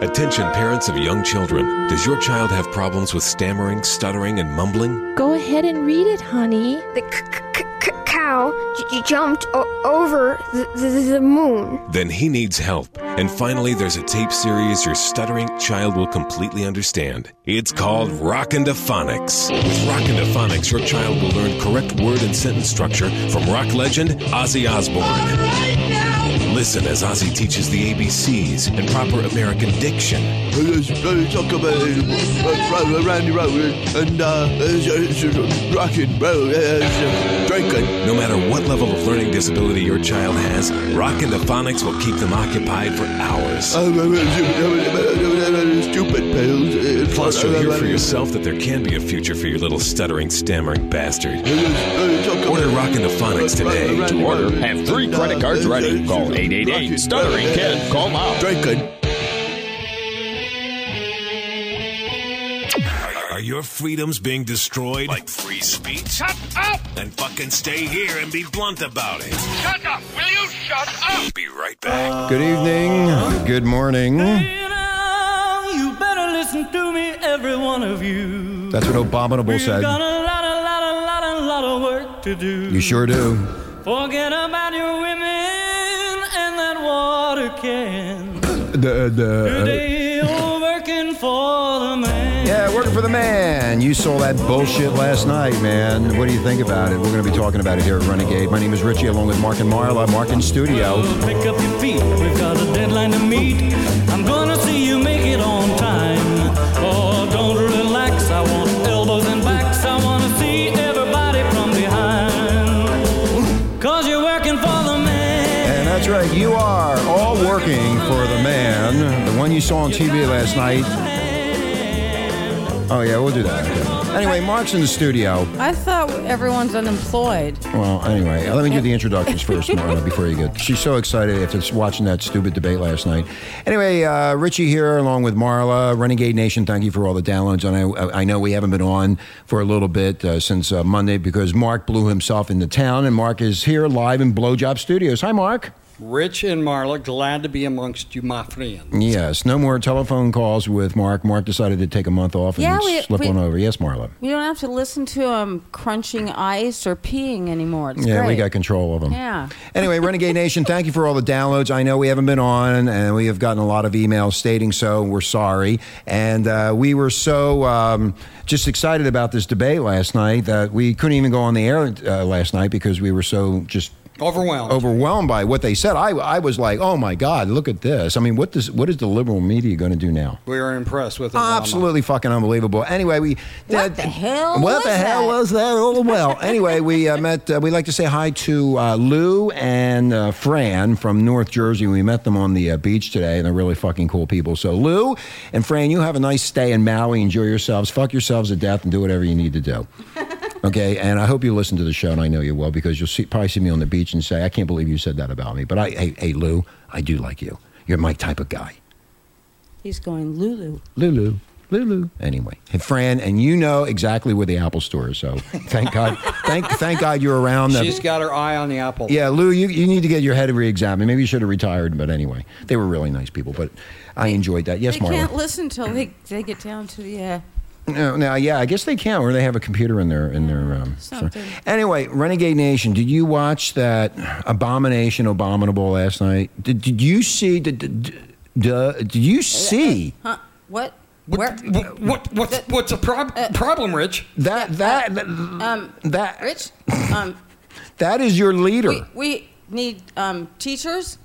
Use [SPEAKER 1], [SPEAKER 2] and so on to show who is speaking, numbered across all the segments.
[SPEAKER 1] Attention, parents of young children. Does your child have problems with stammering, stuttering, and mumbling?
[SPEAKER 2] Go ahead and read it, honey.
[SPEAKER 3] The c- c- c- cow j- j- jumped o- over the, the, the moon.
[SPEAKER 1] Then he needs help. And finally, there's a tape series your stuttering child will completely understand. It's called Rockin' to Phonics. With Rockin' to Phonics, your child will learn correct word and sentence structure from rock legend Ozzy Osbourne. Listen as Ozzy teaches the ABCs and proper American diction.
[SPEAKER 4] Talk about uh, Randy Rowan and uh, rocking, bro, drinking.
[SPEAKER 1] No matter what level of learning disability your child has, Rockin' to Phonics will keep them occupied for
[SPEAKER 4] uh,
[SPEAKER 1] hours.
[SPEAKER 4] Stupid pills. uh,
[SPEAKER 1] Plus, you'll hear for yourself that there can be a future for your little stuttering, stammering bastard.
[SPEAKER 4] uh,
[SPEAKER 1] Order Rockin' to Phonics today.
[SPEAKER 5] To order, have three
[SPEAKER 4] uh,
[SPEAKER 5] credit cards ready. Call 888 Stuttering Kid. Call now.
[SPEAKER 4] Drinking.
[SPEAKER 1] Are your freedoms being destroyed? Like free speech? Shut up! Then fucking stay here and be blunt about it.
[SPEAKER 6] Shut up! Will you shut up?
[SPEAKER 1] Be right back.
[SPEAKER 7] Good evening. Good morning.
[SPEAKER 8] You better listen to me, every one of you.
[SPEAKER 7] That's what Abominable
[SPEAKER 8] We've
[SPEAKER 7] said.
[SPEAKER 8] got a lot, a lot, a lot, a lot of work to do.
[SPEAKER 7] You sure do.
[SPEAKER 8] Forget about your women and that water can.
[SPEAKER 7] Uh, The, the,
[SPEAKER 8] Today you're working for the man.
[SPEAKER 7] yeah, working for the man. You saw that bullshit last night, man. What do you think about it? We're going to be talking about it here at Renegade. My name is Richie, along with Mark and Marla. Mark in studio.
[SPEAKER 8] Pick up your feet. We've got a deadline to meet. I'm gonna see you make it on time. Oh, don't relax. I want elbows and backs. I wanna see everybody from behind. Cause you're working for the man.
[SPEAKER 7] And that's right, you are all working for the man, the one you saw on TV last night. Oh, yeah, we'll do that. Anyway, Mark's in the studio.
[SPEAKER 9] I thought everyone's unemployed.
[SPEAKER 7] Well, anyway, uh, let me do the introductions first, Marla, before you get. She's so excited after watching that stupid debate last night. Anyway, uh, Richie here, along with Marla, Renegade Nation. Thank you for all the downloads. And I, I know we haven't been on for a little bit uh, since uh, Monday because Mark blew himself into town, and Mark is here live in Blowjob Studios. Hi, Mark.
[SPEAKER 10] Rich and Marla, glad to be amongst you, my friend.
[SPEAKER 7] Yes, no more telephone calls with Mark. Mark decided to take a month off and
[SPEAKER 9] Yeah, we-
[SPEAKER 7] slip
[SPEAKER 9] we-
[SPEAKER 7] on over. Yes, Marla.
[SPEAKER 9] You don't have to listen to them crunching ice or peeing anymore. It's
[SPEAKER 7] yeah, we
[SPEAKER 9] great.
[SPEAKER 7] got control of them.
[SPEAKER 9] Yeah.
[SPEAKER 7] Anyway, Renegade Nation, thank you for all the downloads. I know we haven't been on, and we have gotten a lot of emails stating so. We're sorry, and uh, we were so um, just excited about this debate last night that we couldn't even go on the air uh, last night because we were so just
[SPEAKER 10] Overwhelmed.
[SPEAKER 7] overwhelmed by what they said. I, I was like, oh my god, look at this. I mean, what does what is the liberal media going to do now?
[SPEAKER 10] we are impressed with Obama.
[SPEAKER 7] Absolutely fucking unbelievable. Anyway, we
[SPEAKER 9] What the hell
[SPEAKER 7] What
[SPEAKER 9] was
[SPEAKER 7] the hell
[SPEAKER 9] that?
[SPEAKER 7] was that? Oh well. Anyway, we uh, met. Uh, we like to say hi to uh, Lou and uh, Fran from North Jersey. We met them on the uh, beach today, and they're really fucking cool people. So Lou and Fran, you have a nice stay in Maui. Enjoy yourselves. Fuck yourselves to death, and do whatever you need to do. Okay, and I hope you listen to the show, and I know you will, because you'll see, probably see me on the beach and say, "I can't believe you said that about me." But I, hey, hey, Lou, I do like you. You're my type of guy.
[SPEAKER 9] He's going Lulu.
[SPEAKER 7] Lulu. Lulu. Anyway, hey, Fran, and you know exactly where the Apple Store is, so thank God, thank thank God you're around. The,
[SPEAKER 10] She's got her eye on the apple.
[SPEAKER 7] yeah, Lou, you, you need to get your head re-examined. Maybe you should have retired, but anyway, they were really nice people. But I enjoyed that. Yes,
[SPEAKER 9] they can't
[SPEAKER 7] Marla.
[SPEAKER 9] listen till they, they get down to the. Uh,
[SPEAKER 7] No, now, yeah, I guess they can, or they have a computer in their in their. Um, store.
[SPEAKER 9] Something.
[SPEAKER 7] Anyway, Renegade Nation, did you watch that abomination, abominable last night? Did, did you see? Did, did, duh, did you see?
[SPEAKER 9] huh? What? Where?
[SPEAKER 10] What, what, what, what's, what's the prob- problem, Rich?
[SPEAKER 7] That that
[SPEAKER 9] Um,
[SPEAKER 7] that
[SPEAKER 9] Rich? Um,
[SPEAKER 7] that is your leader.
[SPEAKER 9] we, we need um, teachers.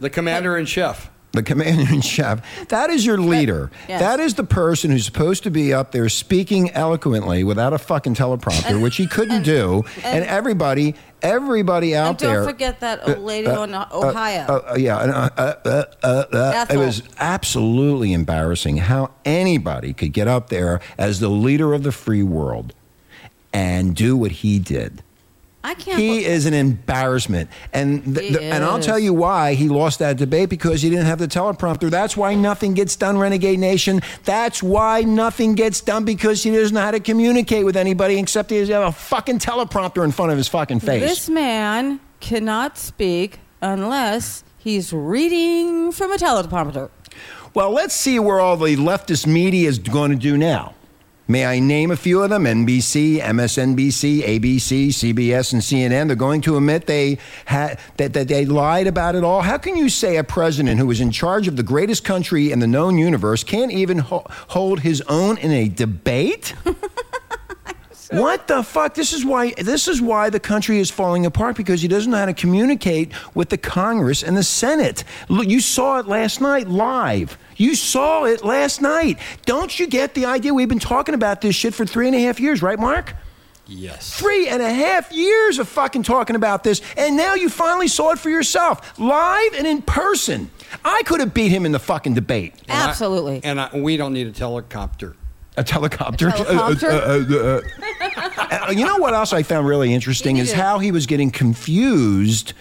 [SPEAKER 10] The commander in chief.
[SPEAKER 7] the commander in chief. That is your leader.
[SPEAKER 9] Yes.
[SPEAKER 7] That is the person who's supposed to be up there speaking eloquently without a fucking teleprompter, which he couldn't do.
[SPEAKER 9] and-
[SPEAKER 7] And, everybody, everybody out
[SPEAKER 9] and don't
[SPEAKER 7] there.
[SPEAKER 9] forget that old lady on uh, Ohio.
[SPEAKER 7] Uh, uh, yeah, and, uh, uh, uh, uh, uh, it
[SPEAKER 9] Ethel.
[SPEAKER 7] was absolutely embarrassing how anybody could get up there as the leader of the free world and do what he did.
[SPEAKER 9] I can't.
[SPEAKER 7] He
[SPEAKER 9] be-
[SPEAKER 7] is an embarrassment, and th-
[SPEAKER 9] He
[SPEAKER 7] th- and I'll
[SPEAKER 9] is.
[SPEAKER 7] tell you why he lost that debate because he didn't have the teleprompter. That's why nothing gets done, Renegade Nation. That's why nothing gets done because he doesn't know how to communicate with anybody except he has a fucking teleprompter in front of his fucking face.
[SPEAKER 9] This man cannot speak unless he's reading from a teleprompter.
[SPEAKER 7] Well, let's see where all the leftist media is going to do now. May I name a few of them? NBC, MSNBC, ABC, CBS, and CNN. They're going to admit they ha- that, that they lied about it all. How can you say a president who was in charge of the greatest country in the known universe can't even ho- hold his own in a debate? What the fuck? This is why this is why the country is falling apart because he doesn't know how to communicate with the Congress and the Senate. Look, you saw it last night live. You saw it last night. Don't you get the idea? We've been talking about this shit for three and a half years, right, Mark?
[SPEAKER 10] Yes.
[SPEAKER 7] Three and a half years of fucking talking about this, and now you finally saw it for yourself, live and in person. I could have beat him in the fucking debate.
[SPEAKER 9] Absolutely.
[SPEAKER 10] And I, we don't need a helicopter.
[SPEAKER 7] A telecopter.
[SPEAKER 9] Helicopter?
[SPEAKER 7] Uh, you know what else I found really interesting
[SPEAKER 9] You
[SPEAKER 7] is
[SPEAKER 9] do.
[SPEAKER 7] how he was getting confused.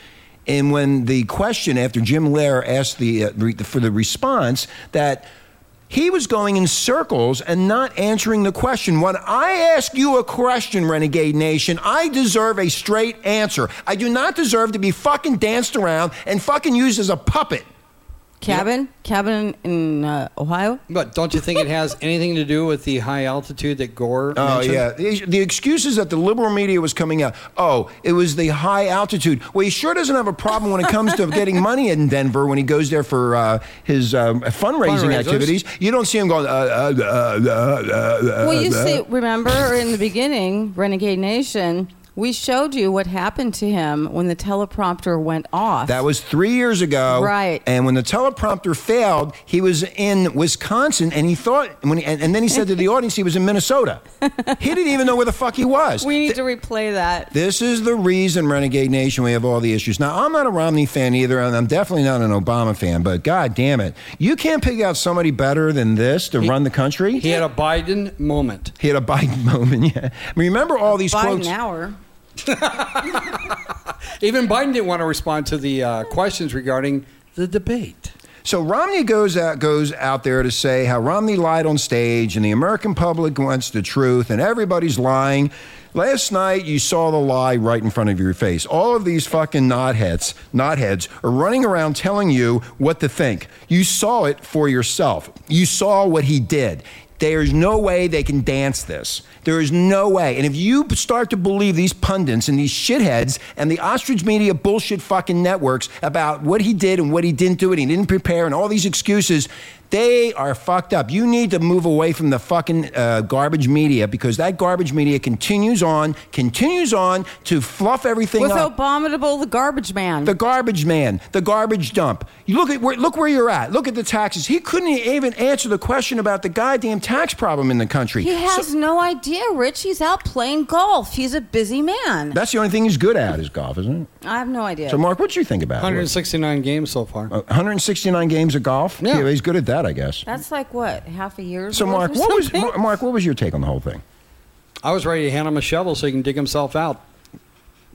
[SPEAKER 7] And when the question after Jim Lair asked the, uh, re- for the response that he was going in circles and not answering the question. When I ask you a question, Renegade Nation, I deserve a straight answer. I do not deserve to be fucking danced around and fucking used as a puppet.
[SPEAKER 9] cabin, cabin in uh, Ohio.
[SPEAKER 10] But don't you think it has anything to do with the high altitude that Gore?
[SPEAKER 7] Oh
[SPEAKER 10] mentioned?
[SPEAKER 7] yeah, the, the excuses that the liberal media was coming out. Oh, it was the high altitude. Well, he sure doesn't have a problem when it comes to getting money in Denver when he goes there for uh, his um, fundraising
[SPEAKER 10] Fundraisers.
[SPEAKER 7] activities. You don't see him going. Uh, uh, uh, uh, uh,
[SPEAKER 9] Well, you
[SPEAKER 7] uh,
[SPEAKER 9] see, remember in the beginning, Renegade Nation, we showed you what happened to him when the teleprompter went off.
[SPEAKER 7] That was three years ago.
[SPEAKER 9] Right.
[SPEAKER 7] And when the teleprompter failed, he was in Wisconsin, and he thought when he, and, and then he said to the audience he was in Minnesota. he didn't even know where the fuck he was.
[SPEAKER 9] we need to replay that.
[SPEAKER 7] This is the reason, Renegade Nation, we have all the issues. Now, I'm not a Romney fan either, and I'm definitely not an Obama fan, but god damn it. You can't pick out somebody better than this to run the country?
[SPEAKER 10] He had a Biden moment.
[SPEAKER 7] He had a Biden moment, yeah. Remember all these
[SPEAKER 9] By
[SPEAKER 7] quotes?
[SPEAKER 9] an hour.
[SPEAKER 10] Even Biden didn't want to respond to the uh, questions regarding the debate.
[SPEAKER 7] So Romney goes out, goes out there to say how Romney lied on stage, and the American public wants the truth, and everybody's lying. Last night, you saw the lie right in front of your face. All of these fucking knotheads, knotheads are running around telling you what to think. You saw it for yourself. You saw what he did. There's no way they can dance this. There is no way. And if you start to believe these pundits and these shitheads and the ostrich media bullshit fucking networks about what he did and what he didn't do and he didn't prepare and all these excuses, they are fucked up. You need to move away from the fucking uh, garbage media because that garbage media continues on, continues on to fluff everything
[SPEAKER 9] With
[SPEAKER 7] up.
[SPEAKER 9] Abominable the Garbage Man.
[SPEAKER 7] The garbage man, the garbage dump. You look at where, look where you're at. Look at the taxes. He couldn't even answer the question about the goddamn tax problem in the country.
[SPEAKER 9] he has
[SPEAKER 7] So-
[SPEAKER 9] no idea, Rich. He's out playing golf. He's a busy man.
[SPEAKER 7] that's the only thing he's good at is golf, isn't it?
[SPEAKER 9] I have no idea.
[SPEAKER 7] So, Mark, what do you think about it?
[SPEAKER 10] 169 games so far.
[SPEAKER 7] Uh, 169 games of golf.
[SPEAKER 10] Yeah.
[SPEAKER 7] he's good at that, I guess.
[SPEAKER 9] That's like what half a year.
[SPEAKER 7] So, Mark, what was Mar- Mark? What was your take on the whole thing?
[SPEAKER 10] I was ready to hand him a shovel so he can dig himself out.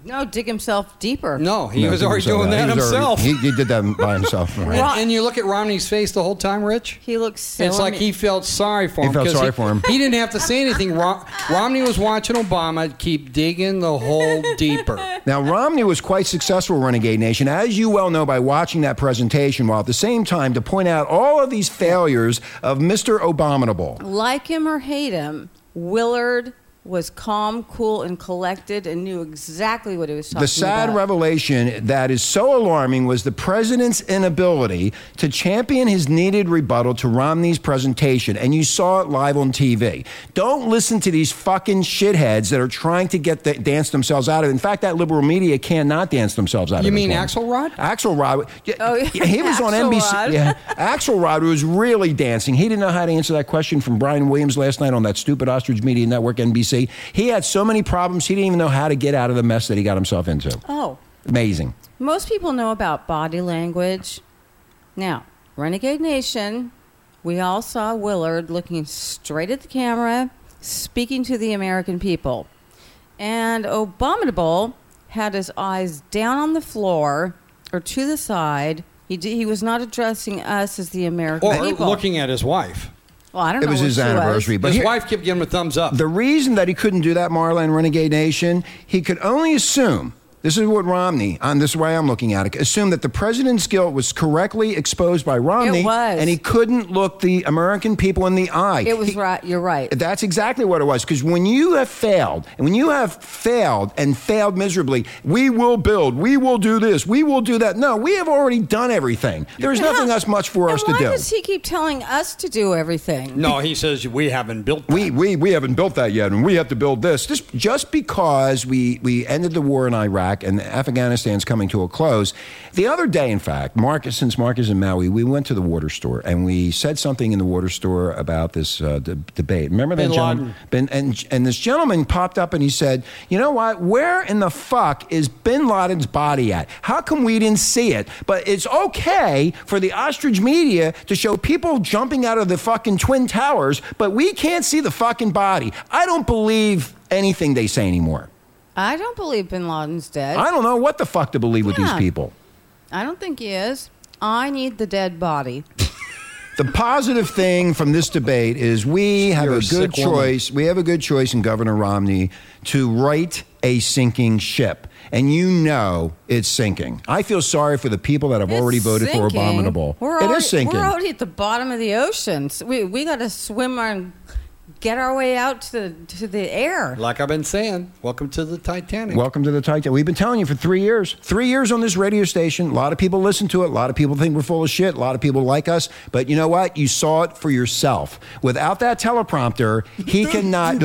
[SPEAKER 9] No, dig himself deeper.
[SPEAKER 10] No, he
[SPEAKER 7] No,
[SPEAKER 10] was
[SPEAKER 7] he
[SPEAKER 10] already
[SPEAKER 7] was
[SPEAKER 10] doing
[SPEAKER 7] already-
[SPEAKER 10] that
[SPEAKER 7] he was
[SPEAKER 10] himself.
[SPEAKER 7] already- he, he did that by himself. All right.
[SPEAKER 10] and, and you look at Romney's face the whole time, Rich.
[SPEAKER 9] He looks. So
[SPEAKER 10] It's like
[SPEAKER 9] ame-
[SPEAKER 10] he felt sorry for
[SPEAKER 7] He
[SPEAKER 10] him.
[SPEAKER 7] felt
[SPEAKER 10] 'cause
[SPEAKER 7] sorry for him.
[SPEAKER 10] He didn't have to say anything. Rom- Romney was watching Obama keep digging the hole deeper.
[SPEAKER 7] Now, Romney was quite successful, Renegade Nation, as you well know by watching that presentation, while at the same time to point out all of these failures of Mr. Abominable.
[SPEAKER 9] like him or hate him, Willard was calm, cool, and collected, and knew exactly what he was talking
[SPEAKER 7] The sad
[SPEAKER 9] about.
[SPEAKER 7] revelation that is so alarming was the president's inability to champion his needed rebuttal to Romney's presentation, and you saw it live on TV. Don't listen to these fucking shitheads that are trying to get the, dance themselves out of. it. In fact, that liberal media cannot dance themselves out of.
[SPEAKER 10] You
[SPEAKER 7] this
[SPEAKER 10] mean
[SPEAKER 7] one.
[SPEAKER 10] Axelrod?
[SPEAKER 7] Axelrod. Yeah,
[SPEAKER 9] Oh, yeah.
[SPEAKER 7] yeah, he was on NBC.
[SPEAKER 9] Axelrod.
[SPEAKER 7] Yeah, Axelrod was really dancing. He didn't know how to answer that question from Brian Williams last night on that stupid ostrich media network NBC. He had so many problems. He didn't even know how to get out of the mess that he got himself into.
[SPEAKER 9] Oh,
[SPEAKER 7] Amazing.
[SPEAKER 9] most people know about body language. Now, Renegade Nation, we all saw Willard looking straight at the camera, speaking to the American people. And Abominable had his eyes down on the floor or to the side. He, d- he was not addressing us as the American
[SPEAKER 10] Or
[SPEAKER 9] people.
[SPEAKER 10] looking at his wife.
[SPEAKER 9] well, I don't
[SPEAKER 7] It
[SPEAKER 9] know
[SPEAKER 7] was
[SPEAKER 9] what
[SPEAKER 7] his
[SPEAKER 9] she
[SPEAKER 7] anniversary, but
[SPEAKER 10] his
[SPEAKER 7] here-
[SPEAKER 10] wife kept giving him a thumbs up.
[SPEAKER 7] The reason that he couldn't do that, Marla and Renegade Nation, he could only assume This is what Romney, and this is why I'm looking at it, assumed that the president's guilt was correctly exposed by Romney.
[SPEAKER 9] was.
[SPEAKER 7] And he couldn't look the American people in the eye.
[SPEAKER 9] It was
[SPEAKER 7] He-
[SPEAKER 9] right. You're right.
[SPEAKER 7] That's exactly what it was. Because when you have failed, and when you have failed and failed miserably, we will build, we will do this, we will do that. No, we have already done everything. There's nothing else much for
[SPEAKER 9] And
[SPEAKER 7] us to
[SPEAKER 9] why
[SPEAKER 7] do.
[SPEAKER 9] does he keep telling us to do everything?
[SPEAKER 10] No, he says we haven't built. That.
[SPEAKER 7] we, we, we haven't built that yet, and we have to build this. this just because we, we ended the war in Iraq and Afghanistan's coming to a close. The other day, in fact, Marcus, since Mark is in Maui, we went to the water store and we said something in the water store about this uh, de- debate. Remember that
[SPEAKER 10] Bin
[SPEAKER 7] gentleman?
[SPEAKER 10] Laden.
[SPEAKER 7] Bin, and, and this gentleman popped up and he said, You know what? Where in the fuck is bin Laden's body at? How come we didn't see it? But it's okay for the ostrich media to show people jumping out of the fucking Twin Towers, but we can't see the fucking body. I don't believe anything they say anymore.
[SPEAKER 9] I don't believe Bin Laden's dead.
[SPEAKER 7] I don't know what the fuck to believe with
[SPEAKER 9] Yeah.
[SPEAKER 7] these people.
[SPEAKER 9] I don't think he is. I need the dead body.
[SPEAKER 7] The positive thing from this debate is we have
[SPEAKER 10] You're
[SPEAKER 7] a
[SPEAKER 10] a
[SPEAKER 7] good
[SPEAKER 10] sick woman.
[SPEAKER 7] choice. We have a good choice in Governor Romney to right a sinking ship. And you know it's sinking. I feel sorry for the people that have already
[SPEAKER 9] It's
[SPEAKER 7] voted for
[SPEAKER 9] sinking.
[SPEAKER 7] abominable.
[SPEAKER 9] We're
[SPEAKER 7] It
[SPEAKER 9] already,
[SPEAKER 7] is sinking.
[SPEAKER 9] We're already at the bottom of the ocean. So we we got to swim and get our way out to the to the air.
[SPEAKER 10] Like I've been saying, welcome to the Titanic.
[SPEAKER 7] Welcome to the Titan. We've been telling you for three years. Three years on this radio station. A lot of people listen to it. A lot of people think we're full of shit. A lot of people like us. But you know what? You saw it for yourself. Without that teleprompter, he cannot.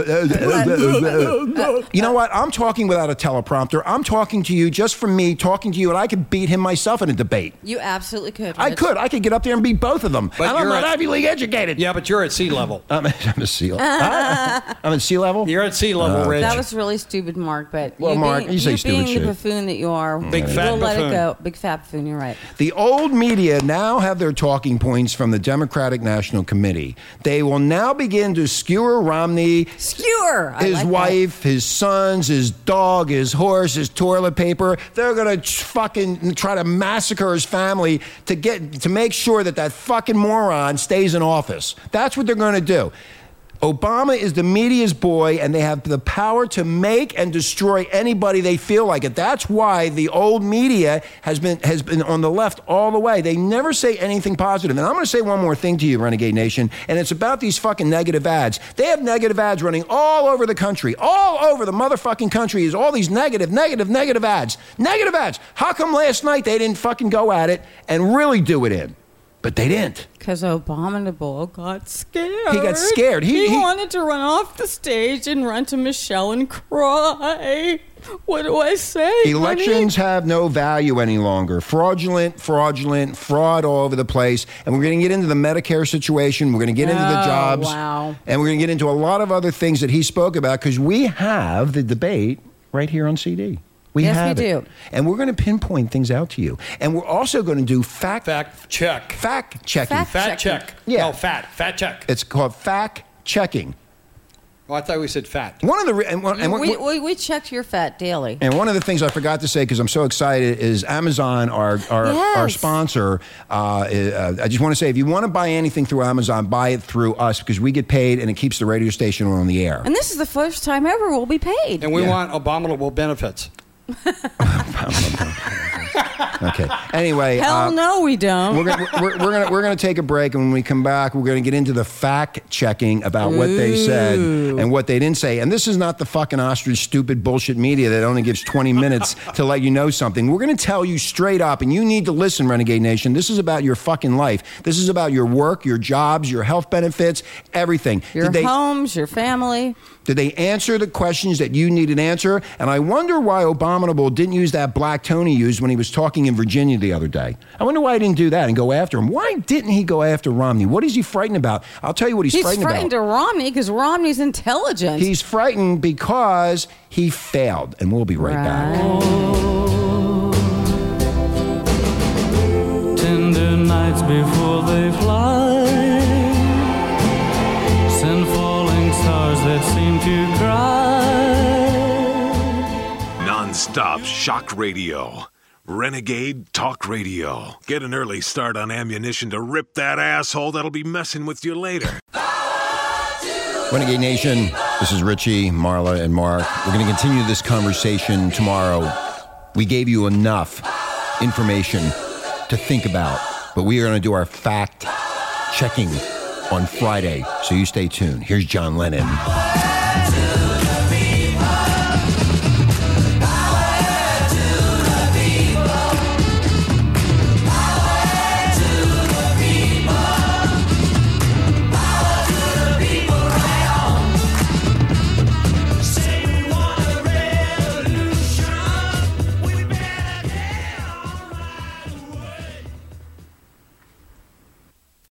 [SPEAKER 7] you know what? I'm talking without a teleprompter. I'm talking to you just for me, talking to you, and I could beat him myself in a debate.
[SPEAKER 9] You absolutely could.
[SPEAKER 7] I
[SPEAKER 9] Rich.
[SPEAKER 7] could. I could get up there and beat both of them.
[SPEAKER 10] But
[SPEAKER 7] and I'm
[SPEAKER 10] you're
[SPEAKER 7] not
[SPEAKER 10] a-
[SPEAKER 7] Ivy League educated.
[SPEAKER 10] yeah, but you're at sea level.
[SPEAKER 7] I'm, I'm a seal. I'm at sea level.
[SPEAKER 10] You're at sea level, Rich.
[SPEAKER 9] That was really stupid, Mark. But
[SPEAKER 7] Well,
[SPEAKER 9] you
[SPEAKER 7] Mark,
[SPEAKER 9] being,
[SPEAKER 7] you say stupid
[SPEAKER 9] being
[SPEAKER 7] shit.
[SPEAKER 9] the buffoon that you are,
[SPEAKER 10] Big
[SPEAKER 9] we'll
[SPEAKER 10] fat
[SPEAKER 9] let it
[SPEAKER 10] buffoon.
[SPEAKER 9] go. Big fat buffoon. You're right.
[SPEAKER 7] The old media now have their talking points from the Democratic National Committee. They will now begin to skewer Romney,
[SPEAKER 9] Skewer. I
[SPEAKER 7] his
[SPEAKER 9] like that.
[SPEAKER 7] wife, his sons, his dog, his horse, his toilet paper. They're going to fucking try to massacre his family to get to make sure that that fucking moron stays in office. That's what they're going to do. Obama is the media's boy, and they have the power to make and destroy anybody they feel like it. That's why the old media has been has been on the left all the way. They never say anything positive. And I'm going to say one more thing to you, Renegade Nation, and it's about these fucking negative ads. They have negative ads running all over the country, all over the motherfucking country. Is all these negative, negative, negative ads, negative ads. How come last night they didn't fucking go at it and really do it in? But they didn't.
[SPEAKER 9] Because Abominable got scared.
[SPEAKER 7] He got scared. He-
[SPEAKER 9] He,
[SPEAKER 7] he-
[SPEAKER 9] wanted to run off the stage and run to Michelle and cry. What do I say?
[SPEAKER 7] Elections have no value any longer. Fraudulent, fraudulent, fraud all over the place. And we're going to get into the Medicare situation. We're going to get into the
[SPEAKER 9] Oh,
[SPEAKER 7] jobs.
[SPEAKER 9] wow.
[SPEAKER 7] And we're going to get into a lot of other things that he spoke about because we have the debate right here on CD. We
[SPEAKER 9] Yes, we
[SPEAKER 7] have it.
[SPEAKER 9] do.
[SPEAKER 7] And we're going to pinpoint things out to you. And we're also going to do fact
[SPEAKER 10] fact check.
[SPEAKER 7] fact checking.
[SPEAKER 9] Fact-
[SPEAKER 10] Fat
[SPEAKER 9] Checking.
[SPEAKER 10] check.
[SPEAKER 7] Yeah.
[SPEAKER 10] No, fat. Fat check.
[SPEAKER 7] It's called fact checking.
[SPEAKER 10] Oh, I thought we said fat.
[SPEAKER 7] One of the re- and, one, and one-
[SPEAKER 9] we, we, we checked your fat daily.
[SPEAKER 7] And one of the things I forgot to say because I'm so excited is Amazon, our our, our
[SPEAKER 9] Yes.
[SPEAKER 7] sponsor. Uh, uh, I just want to say if you want to buy anything through Amazon, buy it through us because we get paid and it keeps the radio station on the air.
[SPEAKER 9] And this is the first time ever we'll be paid.
[SPEAKER 10] And we
[SPEAKER 7] Yeah.
[SPEAKER 10] want abominable benefits.
[SPEAKER 7] Okay. Anyway.
[SPEAKER 9] Hell
[SPEAKER 7] uh,
[SPEAKER 9] no, we don't.
[SPEAKER 7] We're gonna, we're, we're gonna we're gonna take a break, and when we come back, we're gonna get into the fact checking about what they said and what they didn't say. And this is not the fucking ostrich stupid bullshit media that only gives 20 minutes to let you know something. We're gonna tell you straight up, and you need to listen, Renegade Nation. This is about your fucking life. This is about your work, your jobs, your health benefits, everything.
[SPEAKER 9] your
[SPEAKER 7] Did they-
[SPEAKER 9] homes, your family.
[SPEAKER 7] did they answer the questions that you need an answer? And I wonder why Abominable didn't use that black tone he used when he was talking in Virginia the other day. I wonder why he didn't do that and go after him. Why didn't he go after Romney? What is he frightened about? I'll tell you what he's,
[SPEAKER 9] He's
[SPEAKER 7] frightened,
[SPEAKER 9] frightened
[SPEAKER 7] about.
[SPEAKER 9] of Romney because Romney's intelligent.
[SPEAKER 7] he's frightened because he failed. And we'll be right, back.
[SPEAKER 8] Tender nights before they fly. Send falling stars that seem to cry.
[SPEAKER 1] Nonstop shock radio. Renegade Talk Radio. Get an early start on ammunition to rip that asshole that'll be messing with you later.
[SPEAKER 7] Renegade Nation, this is Richie, Marla, and Mark. We're going to continue this conversation tomorrow. We gave you enough information to think about, but we are going to do our fact checking on Friday. So you stay tuned. Here's John Lennon.